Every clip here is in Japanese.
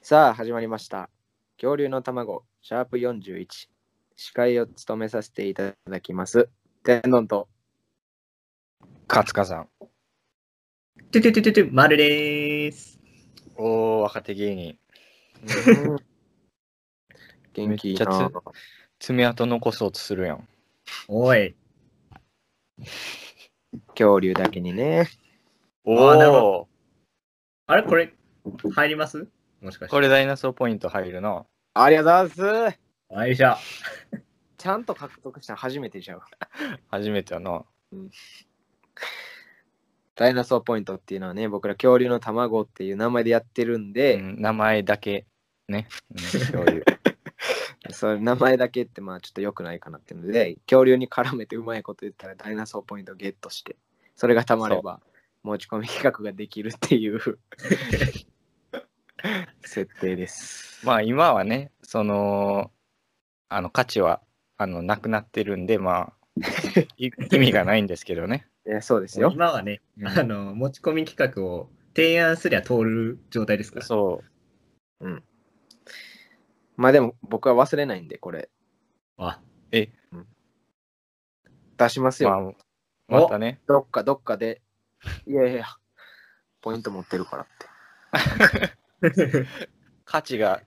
さあ始まりました恐竜の卵シャープ41司会を務めさせていただきます天丼 と勝川さん。トゥトゥトゥトゥトゥ、丸でーす。おー、若手芸人。元気いいめなっちゃ爪痕残そうとするやん。おい。恐竜だけにねあーなるほおー、あれこれ、入りますもしかして。これダイナソーポイント入るな。ありがとうございますあいしゃ。ちゃんと獲得したの初めてじゃん初めてやな。ダイナソーポイントっていうのはね僕ら恐竜の卵っていう名前でやってるんうで、ん名前だけ。ね。うん恐 竜。それ名前だけってまあちょっと良くないかなっていうので恐竜に絡めてうまいこと言ったらダイナソーポイントをゲットしてそれがたまれば持ち込み企画ができるっていう 設定です。まあ今はね、その、あの価値はあのなくなってるんで、 まあ、い意味がないんですけどね。いやそうですよ。今はね、うんあの、持ち込み企画を提案すりゃ通る状態ですから。そう。まあでも僕は忘れないんでこれあ、出しますよ。まあ、またね。どっかどっかで。いやいや、ポイント持ってるからって。価値が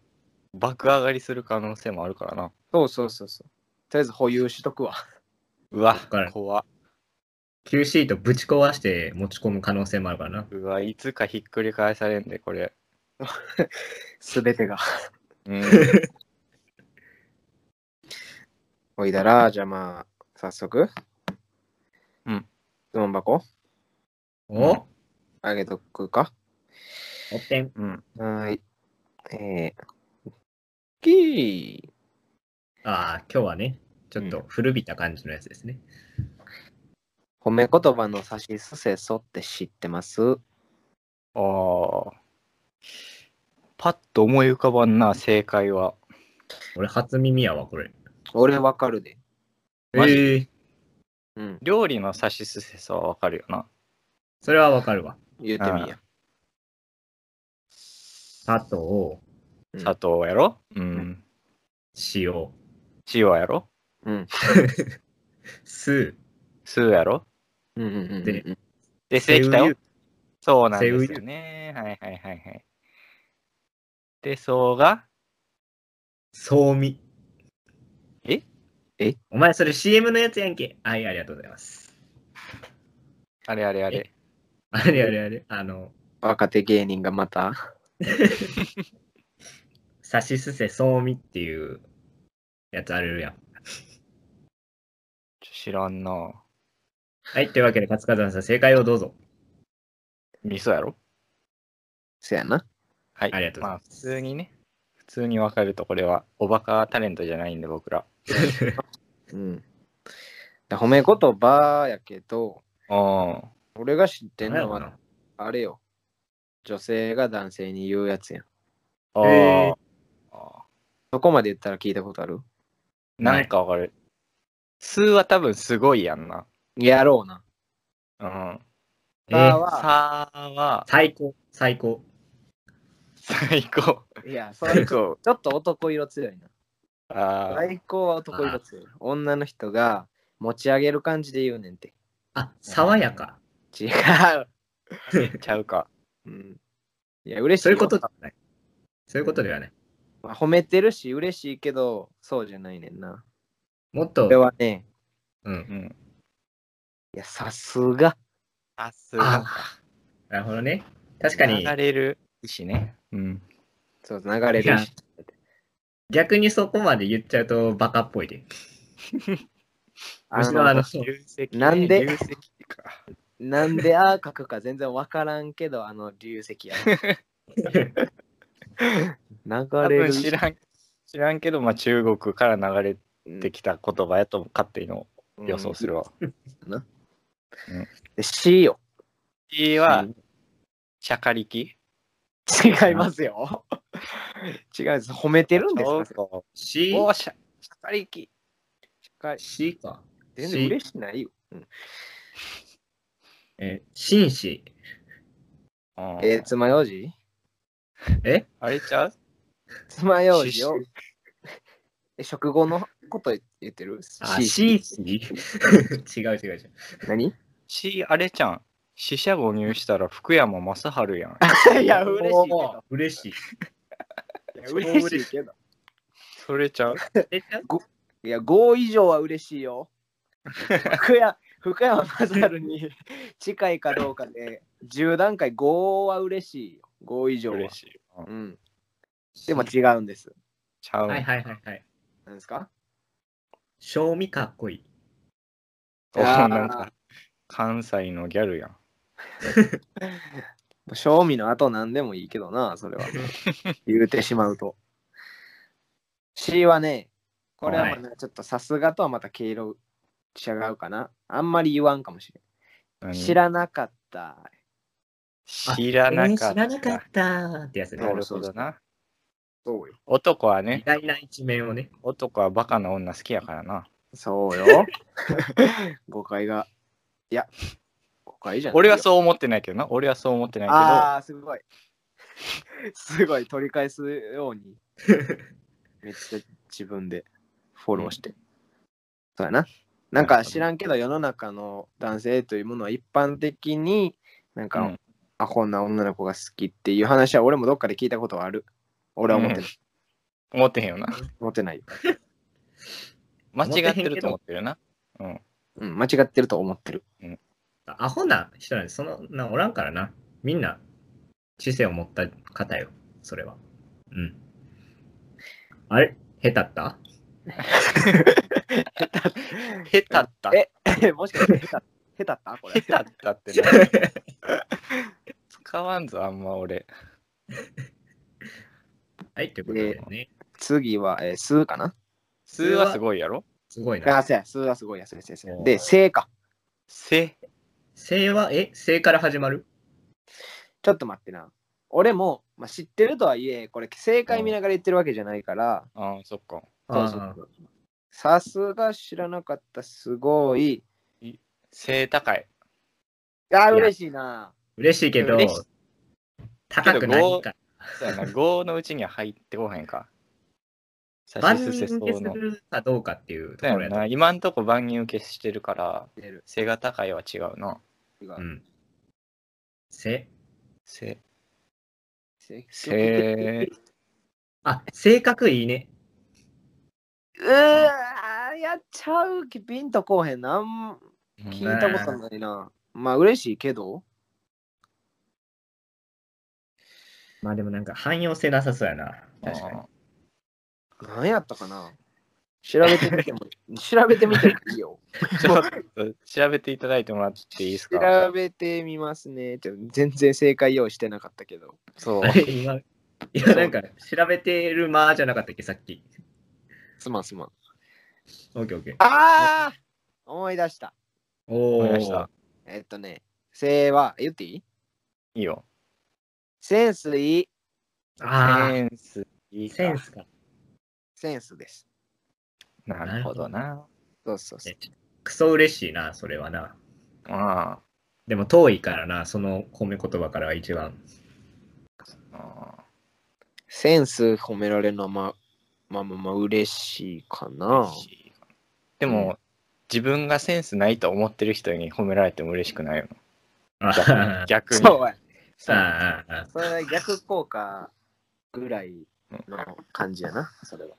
爆上がりする可能性もあるからな。そうそうそうそう。とりあえず保有しとくわ。うわから、ん怖っ Q シートぶち壊して持ち込む可能性もあるからな。うわ、いつかひっくり返されんで、これ。すべてが。 うん。おいだら、じゃあまあ早速。うん。質問箱おうんおあげとくか。っぺん。うん。はーい。えー、キーああ、今日はね、ちょっと古びた感じのやつですね。褒め言葉の差しすせそって知ってますああ。パッと思い浮かばんな、正解は。俺、初耳やわ、これ。俺わかるで。マジええうん。料理の差しすせそはわかるよな。それはわかるわ。言ってみや。砂糖、うん砂糖やろうん。塩、塩やろうん。酢、酢やろうんうんうんうんでうん。で、酢来たセウよユ。そうなんですよね。はいはいはいはい。で、そうが、そうみ。ええお前それ CM のやつやんけ。はい、ありがとうございます。あれあれあれ。あれあれあれ、あの、若手芸人がまた。さしすせそうみっていうやつあるやん。ちょ知らんな。はい、というわけで、勝風さん、正解をどうぞ。味噌やろせやな。はい。ありがとうござまいあ、ます普通にね。普通にわかると、これは、おバカタレントじゃないんで、僕ら。うん。だ褒め言葉やけど、うん。俺が知ってん何のやろはなあれよ。女性が男性に言うやつやん。あへーーあー。そこまで言ったら聞いたことあるなんかわかる。数は多分すごいやんな。やろうな。うん。えさあー、はさあは最高、最高。最 高。いや、それ最ちょ高。っと男色強いな。あー最高は男色強い。女の人が持ち上げる感じで言うねんて。あ、爽やか。違う。ちゃうか。うん、いや、嬉しいそよ。ういうことではない。そういうことではない。まあ褒めてるし、嬉しいけど、そうじゃないねんな。もっこれと、はね、うん。うん。いや、さすが。さすあが。ーなるほどね。確かに流、れるしね。うん。そう、流れいやるし。逆にそこまで言っちゃうと、バカっぽいで。むしろあの、流石ねなんで流石か。なんであー書くか全然わからんけど、あの流石や。多流れ分る知し。らん。知らんけど、まあ、中国から流れてきた言葉やと勝手に予想するわ。で、C よ。 C は、シャカリキ違いますよ。違うんです。褒めてるんですおかー、お C、ーシャシャカリキ。シャカリ C か。全然嬉しないよ。うんえー、紳士。うんえー、爪楊枝えあれちゃう爪楊枝を刺繍え食後のこと言ってるあ、しシーシー違う違う違う。何し、あれちゃん、死者誤入したら福山雅治やん。 いや、嬉しいけど。おー嬉しい。いや嬉しいけど。それちゃうえちゃういや、5以上は嬉しいよ。福山、福山雅治 に近いかどうかで、10段階5は嬉しいよ。5以上は。嬉しい。うんうん。でも違うんです。ちゃう。はいはいはいはい。なんですか賞味かっこいい。おあー なんか、関西のギャルやん。賞味の後何でもいいけどな、それ は。言うてしまうと。C はね、これはまあちょっとさすがとはまた毛色違うかな。あんまり言わんかもしれ何ん。知らなかった。知らなかっ。えー知らなかったたーってやつね。なるほどな。そうよ。男は意ね、外な一面をね。男はバカな女好きやからな。そうよ。 誤解が。いや、誤解じゃないよ。俺はそう思ってないけどな。俺はそう思ってないけど。ああ、すごい。 すごい、取り返すよう に。めっちゃ自分でフォローして。そうやな。なんなかるほど知らんけど、世の中の男性というものは一般的になんか、うんあ、こんな女の子が好きっていう話は俺もどっかで聞いたことはある。俺は思ってない。思ってへんよな。思ってないよ。間違ってると思ってるな。うん。うん、間違ってると思ってる。アホな人なんで、そのなおらんからな。みんな知性を持った方よ、それは。うん。あれ下手った下手った。え もしかして 下手、下手ったこれ。下手ったって な。使わんぞ、あんま俺。はい、ということでね。次は、えー、数かな数はすごいやろすごいな。あ、そうや、数はすごいや、そうやそうやそうおや。ーで、性か。せ。性は、え性から始まるちょっと待ってな。俺も、まあ、知ってるとはいえ、これ正解見ながら言ってるわけじゃないから、ああ、そっか。そうそうそうさすが知らなかった、すごい。背高い。あー、いや嬉しいな。嬉しいけど嬉しい、高くないかそうやな。5のうちには入ってこへんか。ら。差万し人すせそ受けすうの。るかどうかっていうとそうやころやとな。今んとこ万人受けしてるから、出る。背が高いは違うな。違ううん。性。せ。性せ。あ、性格いいね。うーあーやっちゃうき、ピンとこうへんなん。聞いたことないな。まあ、嬉しいけど。まあでもなんか汎用性なさそうやな。確かに。あ何やったかな調べてみても、調べてみてもいいよ。ーちょっと調べていただいてもらっていいです調かべてみますね。ちょ全然正解用意してなかったけど。そうあ。れ今、いやなんか調べてる間じゃなかったっけ、さっき。すまんすまん。オッケーオッケー。ああ思い出した。お思いー出した。えっとね、性は、言っていいいいよ。センスいい、あセンスいーいセかン。スか。センスです。なるほどな。そうそうそう。クソ嬉しいな、それはな。あでも遠いからな、その褒め言葉からは一番。ーあセンス褒められるのはまあまあまあまあ嬉しいかー。な。嬉しいでも、自分がセンスないと思ってる人に褒められても嬉しくないよな。あ ー逆に。そうや。そうやあーあーあそれは逆効果ぐらいの感じやな、それは。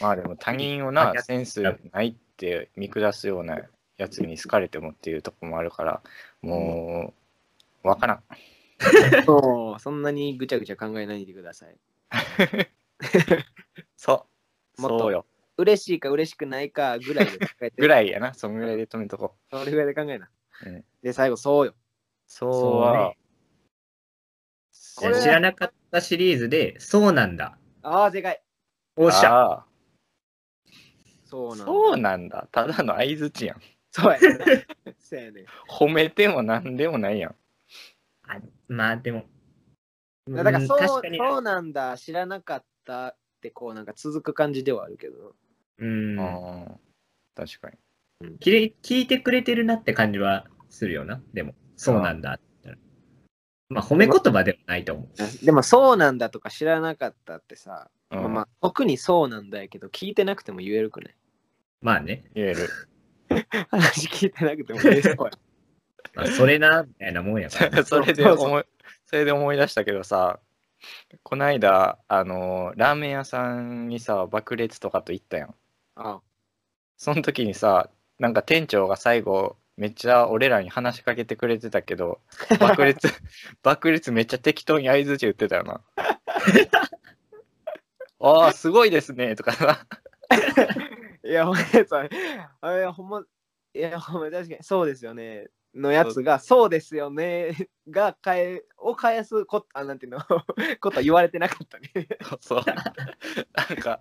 まあでも他人をあな、逆センスないって見下すようなやつに好かれてもっていうとこもあるから、もう、わからん。そう、そんなにぐちゃぐちゃ考えないでください。そう。もっとそうよ。嬉しいか嬉しくないかぐらいで考えて。ぐい。らいやな。そのぐらいで止めとこう。それぐらいで考えな。うんで、最後、そうよ。そうは、ーじこゃあれ知らなかったシリーズで、そうなんだ。ああ、正解。おっしゃ。ゃ。そうなんだそうなんだ。ただの相づちやん。そうや ね。そうやね。褒めてもなんでもないやん。あまあでも。だからうんそう確かに。そうなんだ、知らなかったってこうなんか続く感じではあるけど。うん。うん、確かに。きれ聞いてくれてるなって感じはするよな。でも、そうなんだ。まあ、褒め言葉ではないと思でもそうなんだとか知らなかったってさ、うんまあまあ特にそうなんだやけど聞いてなくても言えるくね。う。まあね、言える。 話聞いてなくても言えそうや。まあ、それな、みたいなもんやからね、 それでそうそう思い、それで思い出したけどさ、こないだ、あの、ラーメン屋さんにさ、爆裂とかと行ったやん。あその時にさ、なんか店長が最後、めっちゃ俺らに話しかけてくれてたけど、爆 裂、爆裂めっちゃ適当に相づち打ってたよな。ああ、すごいですね、とかさ。いや、ほんまやさ、あれほんま、いや、ほんま確かにそうですよね。のやつが、そうですよね。が、かえ、を返すこ、あ、なんていうの、 ことは言われてなかったね。そう。なんか、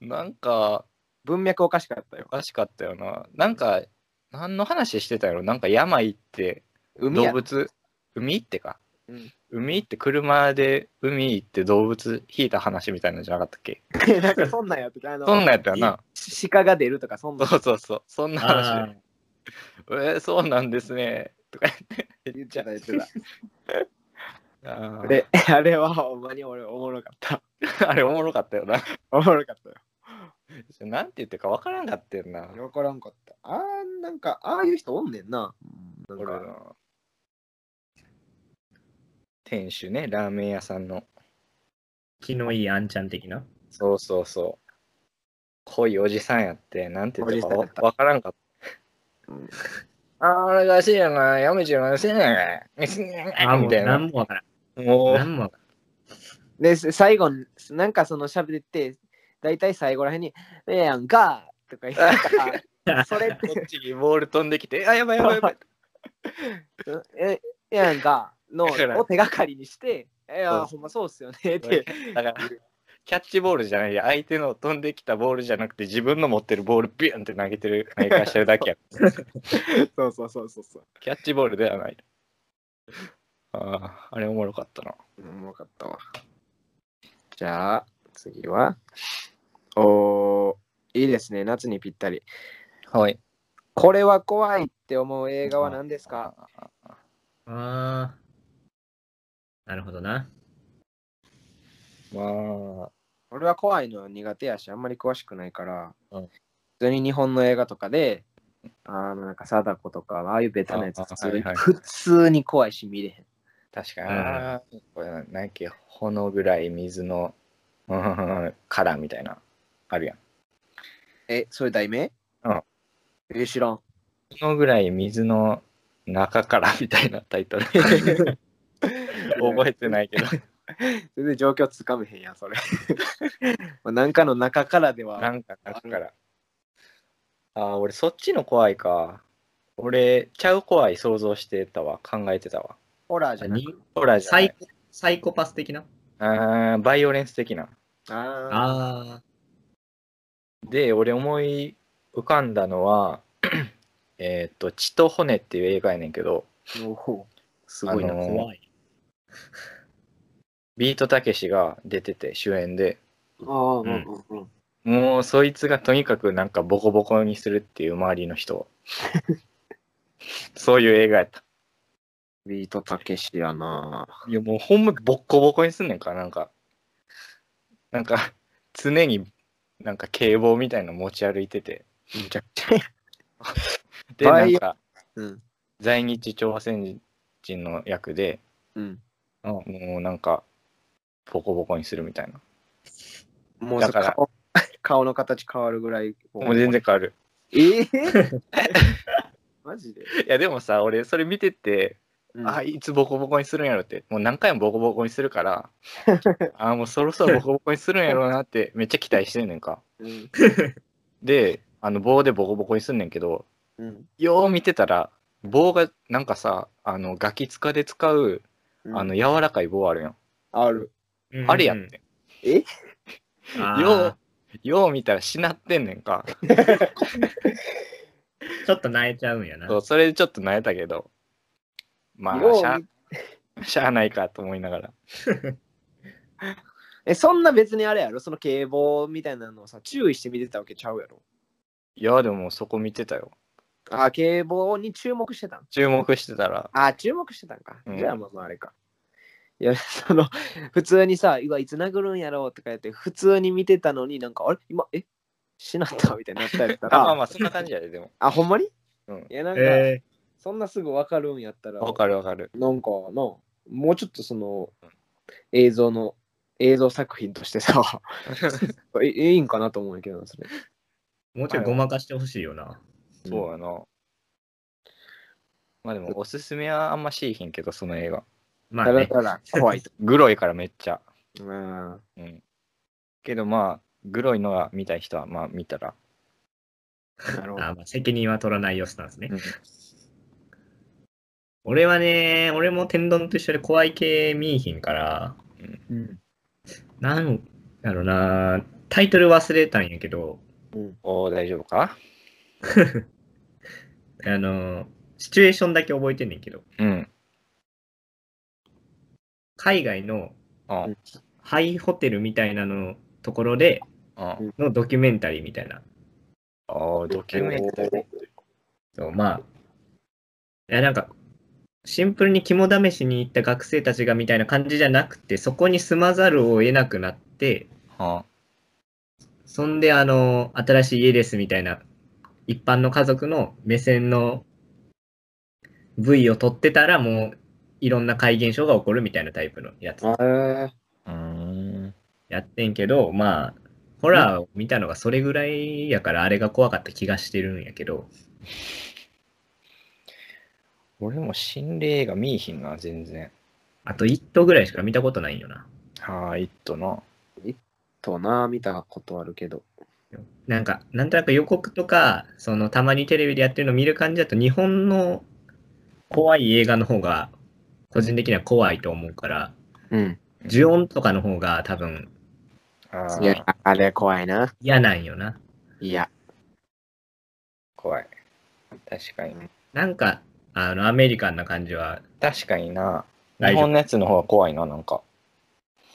なんか、文脈おかしかったよお。かしかったよな。なんか、何の話してたやろなんか病って、海動や。物、海行ってか。うん海行って車で海行って動物引いた話みたいなのじゃなかったっけなんかそんなんやってた。あのそんなんやったよな。鹿が出るとか、そんなんそうそうそう。そんなあ話ー。えーそうなんですね。とか言って。言っちゃった、言ってた。あ ーで、あれはほんまに俺おもろかった。 あれおもろかったよな。 おもろかったよ。なんて言ってるかわからんかったよな。分からんかった。あー、なんか、ああいう人おんねんな。なん俺か、の店主ね、ラーメン屋さんの。気のいいあんちゃん的な。そうそうそう。濃いおじさんやって、なんて言ってるかおじさんわやったわからんかった。ああ、俺がしいやな、やめちゃいませんね。みあー、もうたいな。何もわからもん。う、何もわかで、せ最後に、なんかその喋って、大体最後らへんに、ええやんかとか言ってた から、それっこて、っちにボール飛んできて、あ、やばいやばいやばい。ええやんかのだからを手がかりにして、いや、ほんまそうっすよねって。だから、キャッチボールじゃないや、相手の飛んできたボールじゃなくて、自分の持ってるボール、ビュンって投げてる、投げ返してるだけや。そうそうそうそうそう。キャッチボールではない。ああ、あれおもろかったな。おもろかったわ。じゃあ、次は。おー、いいですね、夏にぴったり。はい。これは怖いって思う映画は何ですからん。ああ。なるほどな。まあ、俺は怖いのは苦手やし、あんまり詳しくないから、うん普通に日本の映画とかで、あのなんか貞子とか、ああいうベタなやつああ普通に、はいはい普通に怖いし見れへん。確かうに。んああこれな何やっけ、炎ぐらい水の、 うん、殻みたいな、あるやん。え、それ題名うん。え、知らん。炎ぐらい水の中からみたいなタイト ル。覚えてないけど、全然状況つかめへんやん、そ れ。まあなんかの中からでなは。んか中から。ああ、俺そっちの怖いか。俺、ちゃう怖い想像してたわ。考えてたわ。ホラーじゃなにい。ほらじゃサないイコサイコパス的な。あーバイオレンス的な。ああで、俺思い浮かんだのは、 えーっと、血と骨っていう映画やねんけど、あ。おおすごいな。ああ。のー怖い。ビートたけしが出てて主演で、ああ、うんんうんうん。もうそいつがとにかくなんかボコボコにするっていう周りの人をそういう映画やった。ビートたけしやないやもうほんまボッコボコにすんねんか、なんか。なんか、常になんか警棒みたいなの持ち歩いてて。めちゃくちゃや。で、バなイんオかうん。在日朝鮮人の役で、うん。もうなんか、ボコボコにするみたいな。もうだから顔 顔の形変わるぐらい。もう全然。変わる。ええ マジで、いや、でもさ、俺、それ見てて、うんあ、いつボコボコにするんやろって、もう何回もボコボコにす るから、あ、もうそろそろボコボコにするんやろうなって、めっちゃ期待してんねんか。うんで、あの、棒でボコボコにすんねんけど、うんよう見てたら、棒が、なんかさ、あの、ガキ使で使う、うんあの、柔らかい棒あるやん。ある。あれやっんて。あーよう、よう見たらしなってんねんか。ちょっと泣いちゃうんやな。そうそれでちょっと慣れたけど、まよあ、うしゃあしゃあないかと思いながら。え、そんな別にあれやろその警棒みたいなのをさ、注意して見てたわけちゃうやろいや、でもそこ見てたよ。あ、警棒に注目してたん注目してたら、あ、注目してたんか。うんじゃあ、まあまああれか。いや、 その、普通にさ、うわ、いつ殴るんやろうとか言って、普通に見てたのになんか、あれ今、え死なったみたいになったやった あまあら、まあそんな感じやで、でも。あ、ほんまにうんいや、なんか、えそんなすぐわかるんやったら、わかるわかる。なんかな、もうちょっとその、映像の、映像作品として さ、えいいんかなと思うんやけどな、それ。ーもうちょいごまかしてほしいよな。そうやな。まあでも、おすすめはあんましいひんけど、その映画。まだあらね、だら怖い と。グロいからめっちゃ。うん。うん。けどまあ、グロいのは見たい人は、まあ見たら。なるほど。あまあ責任は取らないよスタンスね。うん俺はね、俺も天丼と一緒で怖い系見いひんから、うん。なんだろうな、タイトル忘れたんやけど、おー、大丈夫かあの、シチュエーションだけ覚えてんねんけど、うん。海外のあうんハイホテルみたいなのところであうんのドキュメンタリーみたいな。あー、ドキュメンタリー。そうまあ、いやなんか、シンプルに肝試しに行った学生たちがみたいな感じじゃなくて、そこに住まざるを得なくなって、はそんで、あの、新しい家ですみたいな、一般の家族の目線の部位を取ってたら、もう、いろんな怪現象が起こるみたいなタイプのやつあえあ。うーん。やってんけど、まあ、ホラーを見たのがそれぐらいやから、あれが怖かった気がしてるんやけど、俺も心霊映画見いひんな、全然。あと1頭ぐらいしか見たことないんよな。はーい、っとな。とな、見たことあるけど。なんか、なんとなく予告とか、その、たまにテレビでやってるの見る感じだと、日本の怖い映画の方が、個人的には怖いと思うから、うん。呪音とかの方が多分あいやー、あれ怖いな。嫌なんよな。いや。怖い。確かに。なんか、あの、アメリカンな感じは、確かにな。日大丈夫本のやつの方が怖いな、なんか。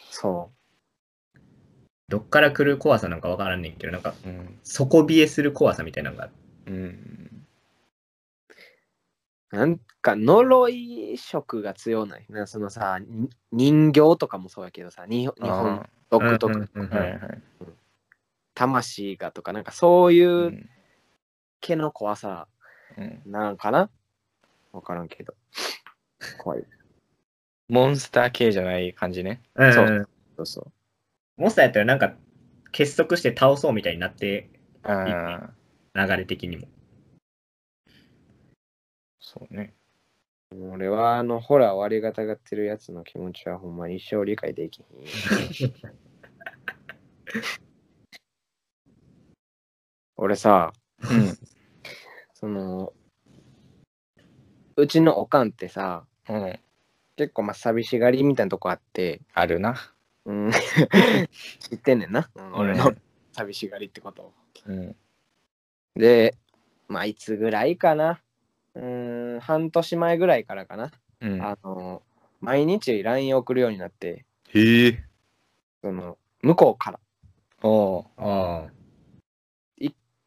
そどっから来る怖さなんかわからんねんけど、なんか、うん。底冷えする怖さみたいなのがある。うん。う。なんか呪い色が強ない。なそのさ、に人形とかもそうやけどさ、に日本あ独特のうんうんー。はいはい。魂がとか、なんかそういううん毛の怖さうんなんかなわからんけど。怖い。モンスター系じゃない感じね。うん。そそうう。そうそう。モンスターやったらなんか、結束して倒そうみたいになって、ああ、流れ的にも。そうね。俺はあのホラーをありがたがってるやつの気持ちはほんまに一生理解できひん。俺さ、うその、うちのおかんってさ、ん。うん。結構まあ寂しがりみたいなとこあって、あるな。うん 知ってんねんな、うん俺の寂しがりってことを。うん。で、まあいつぐらいかな。うん、半年前ぐらいからかな。うん。あの、毎日 LINE 送るようになって、へえ。その、向こうから。おうああ。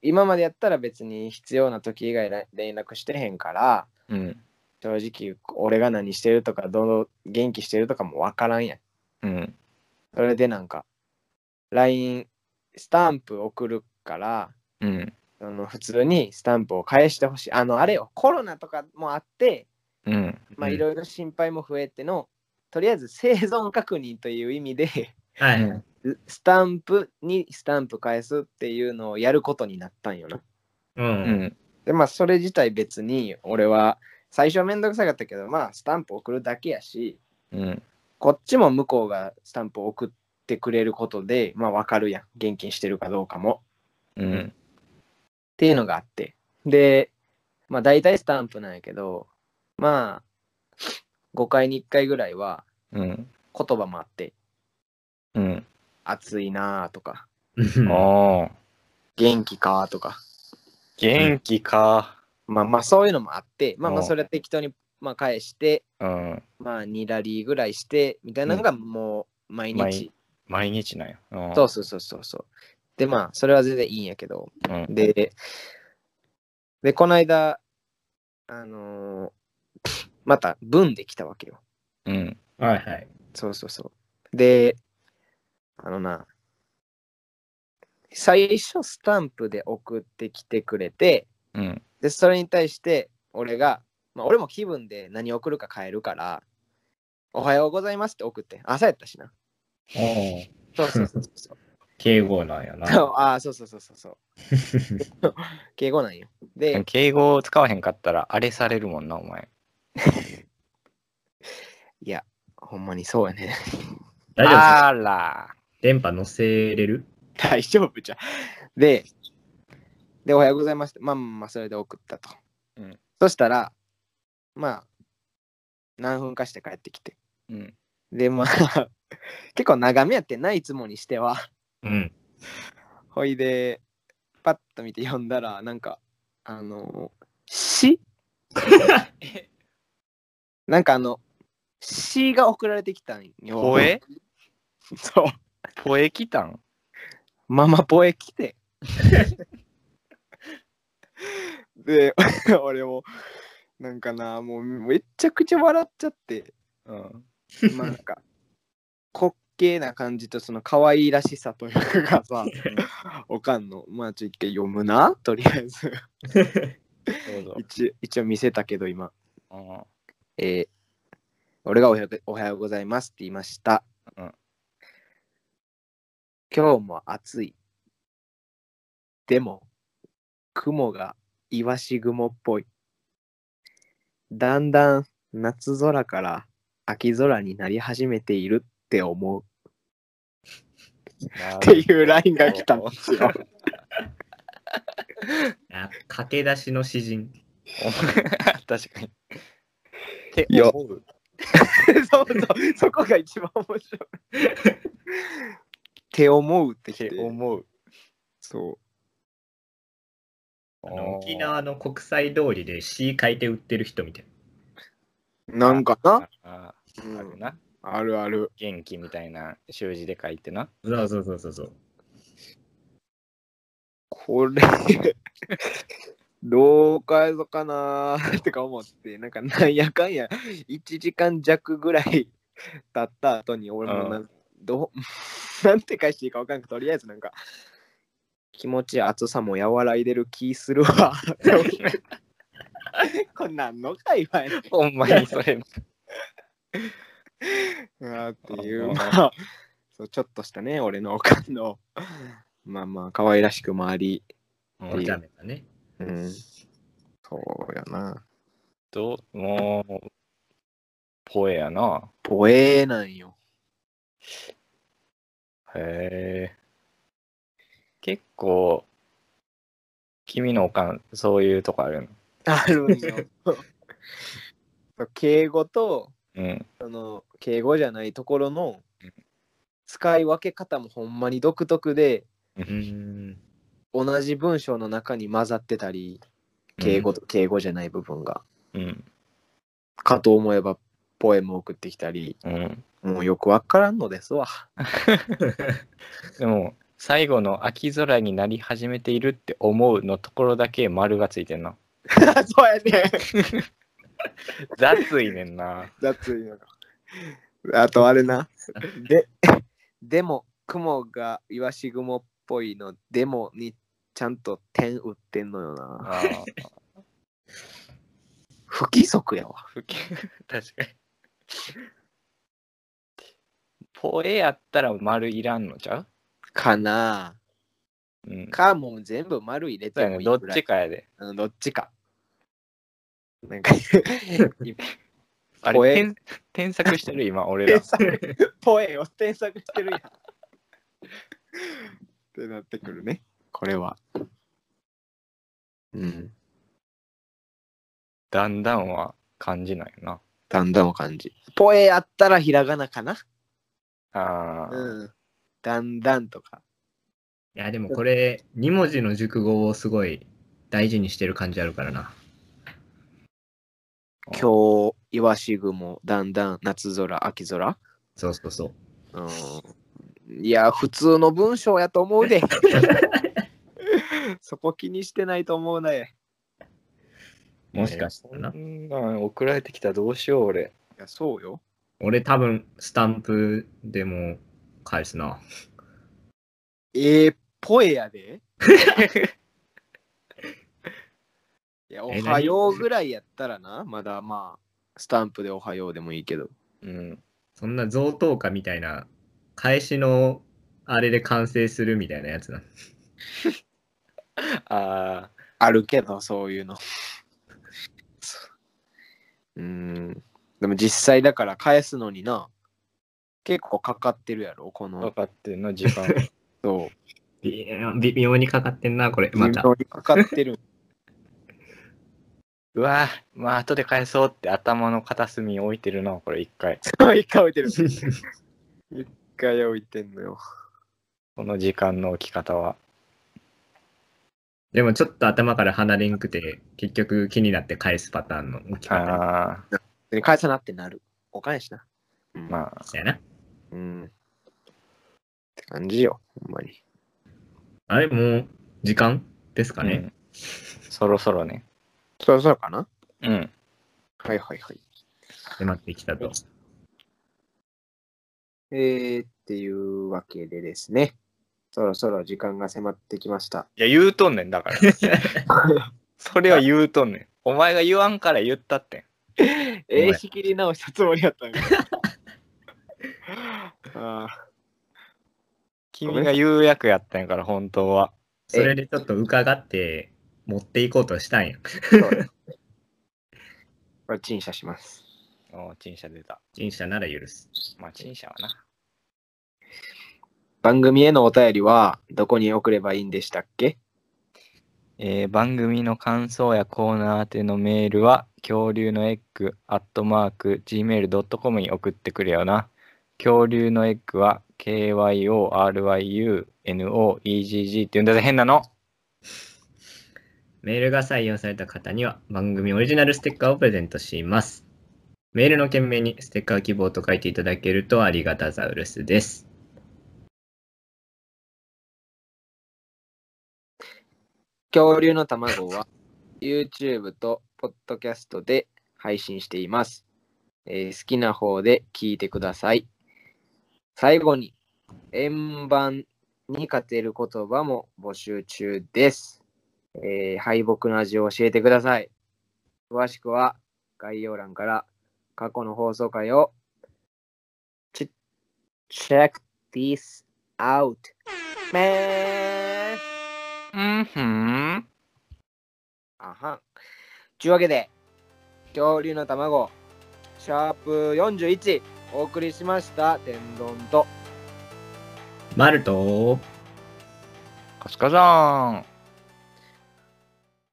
今までやったら別に必要な時以外ら連絡してへんから、うん。正直俺が何してるとか、どう元気してるとかもわからんやん。うん。それでなんか、LINE、スタンプ送るから、うん。あの普通にスタンプを返してほしい。あの、あれよ、コロナとかもあって、うん。まあ、うんいろいろ心配も増えての、とりあえず生存確認という意味で、 はい。うんスタンプにスタンプ返すっていうのをやることになったんよな。うう。んん。で、まあ、それ自体別に、俺は、最初はめんどくさかったけど、まあ、スタンプ送るだけやし、うん。こっちも向こうがスタンプを送ってくれることで、まあ、わかるやん。現金してるかどうかも。うん。っていうのがあってでまあ大体スタンプなんやけどまあ5回に1回ぐらいはうん。言葉もあってうん。 「暑いな」とかうんおー「元気か」とか元気か。まあまあそういうのもあってまあまあうんそれは適当にまあ返してうん。まあ2ラリーぐらいしてみたいなのがもう毎日、毎日なんや。うんそうそうそうそうそうでまあそれは全然いいんやけど、うんでで、この間、あのーまた文で来たわけよ。うん。はいはい。そうそうそう。で、あのな、最初スタンプで送ってきてくれて、うん。で、それに対して俺が、まあ、俺も気分で何送るか変えるから、おはようございますって送って、朝やったしな。おお。そうそうそうそう そう。敬語なんやそうな。ああ、そうそうそうそうそう。 敬語なんよ。ででも、敬語を使わへんかったら、あれされるもんな、お前。いや、ほんまにそうやね。 大丈夫ですかあら。電波乗せれる大丈夫じゃん。で、で、おはようございますって。まあまあまあ、それで送ったと。うんそしたら、まあ、何分かして帰ってきて。うん。で、まあ、 結構長めやってんないつもにしては。うん。ほいで、パッと見て読んだら、なんか、あの、詩 なんかあの、詩が送られてきたんよ。ポエそう。ポエ来たんママポエ来て。で、 俺も、なんかな、もうめちゃくちゃ笑っちゃって、うん。まあなんか、滑稽な感じとその可愛らしさというかさ、おかんの、まあちょっと一回読むな、とりあえず。どうぞ。一一応見せたけど今、うんえー俺がおはようおはようございますって言いました。うん今日も暑い。でも、雲がイワシ雲っぽい。だんだん夏空から秋空になり始めているって思うっていうラインが来たんです よ。あ駆け出しの詩人。確かに。っていや思う。そうそう、そこが一番面白い。って思うってっ来てて思う。そう。あの沖縄の国際通りで詩書いて売ってる人みたいなんかな、あうーあるん、な。あるある。元気みたいな習字で書いてな。な。そうそうそうそうそう。これ、 どう返そうかなー ってか思って、なんかなんやかんや、1時間弱ぐらい 経った後に、俺もな、、うんど う、なんて返していいかわかんなくて、とりあえずなんか、気持ち暑さも和らいでる気する わ。って思ってこんなんの会話やねんほんまにそれ。うわーっていう、あまあ、そうちょっとしたね、俺のおかんの、まあまあ、可愛らしくもあり、うんおちゃめだね。うん。そうやな。どうもう、ポエやな。ポエなんよ。へえ。結構、君のおかん、そういうとこあるの。あるんよ。 敬語と、うん。その、敬語じゃないところの、使い分け方もほんまに独特で、うん。同じ文章の中に混ざってたり、敬語と敬語じゃない部分が、うん。かと思えば、ポエム送ってきたり、うん。もうよくわからんのです わ。でも、最後の秋空になり始めているって思うのところだけ丸がついてんな。そうやね。雑いね んな。だっていうの あとあれな。で、 でも、雲がイワシ雲っぽいの、でもにちゃんと点打ってんのよな。あー不規則やわ。不 確かに。ポエやったら丸いらんのちゃかなううんあ。。か、もう全部丸入れそうてやもいね。いどっぐらちい。かやで。うんどっち か。なんか、あポエれ、添添削してる今、俺 添ら。削、ポエを添削してるやん。 ってなってくるね。これは。うん。だんだんは感じないな。だんだんを感じ。ポエやったらひらがなかな。ああ、うん。だんだんとか。いや、でもこれ、2文字の熟語をすごい大事にしてる感じあるからな。うん今日、イワシ雲、だんだん、夏空、秋空。そうそうそう。うん。いや、普通の文章やと思うで。そこ気にしてないと思うね。もしかしたらなそ。んなん送られてきたらどうしよう俺。いや、そうよ。俺多分、スタンプでも返すな。ええポエやで。いや、おえはようぐらいやったらな、まだまあ、スタンプでおはようでもいいけど。うん。そんな贈答歌みたいな、返しのあれで完成するみたいなやつな。ああ、あるけど、そういうの。そううーん。でも実際だから返すのにな、結構かかってるやろ、こ分のかってんの時 間。人。微微妙にかかってんな、これ。また。微妙にかかってる。 うわぁ、まあ後で返そうって頭の片隅に置いてるな、これ一回。一回置いてる。一回置いてんのよ。この時間の置き方は。でもちょっと頭から離れんくて、結局気になって返すパターンの置き方ああ、返さなってなる。お返しな。あ。まあ、やな。うん。って感じよ、ほんまに。あれ、もう時間ですかうね。んそろそろね。そろそろかなうん。はいはいはい。迫ってきたと。えー、っていうわけでですね。そろそろ時間が迫ってきました。いや、言うとんねん、だから。 それは言うとんねん。 お前が言わんから言ったってん。えおえい仕切り直したつもりやったんやああ君が言う役やったんやから、本当は。それでちょっと伺って、持っていこうとしたんや。そうこれ陳謝します。おー陳謝出た。陳謝なら許す。まあ、陳謝はな。番組へのお便りはどこに送ればいいんでしたっけえー番組の感想やコーナー宛てのメールは恐竜のエッグアットマーク gmail.com に送ってくれよな恐竜のエッグは KYORYUNOEGG って言うんだぜ変なのメールが採用された方には番組オリジナルステッカーをプレゼントします。メールの件名にステッカー希望と書いていただけるとありがたザウルスです。恐竜の卵は YouTube と Podcast で配信しています、えー好きな方で聞いてください。最後に、円盤に勝てる言葉も募集中です。えー敗北の味を教えてください。詳しくは概要欄から過去の放送回をチェ check this out. めーうんふんあはん。ちゅうわけで、恐竜の卵、シャープ41、お送りしました、天丼と。マルトカスカザーン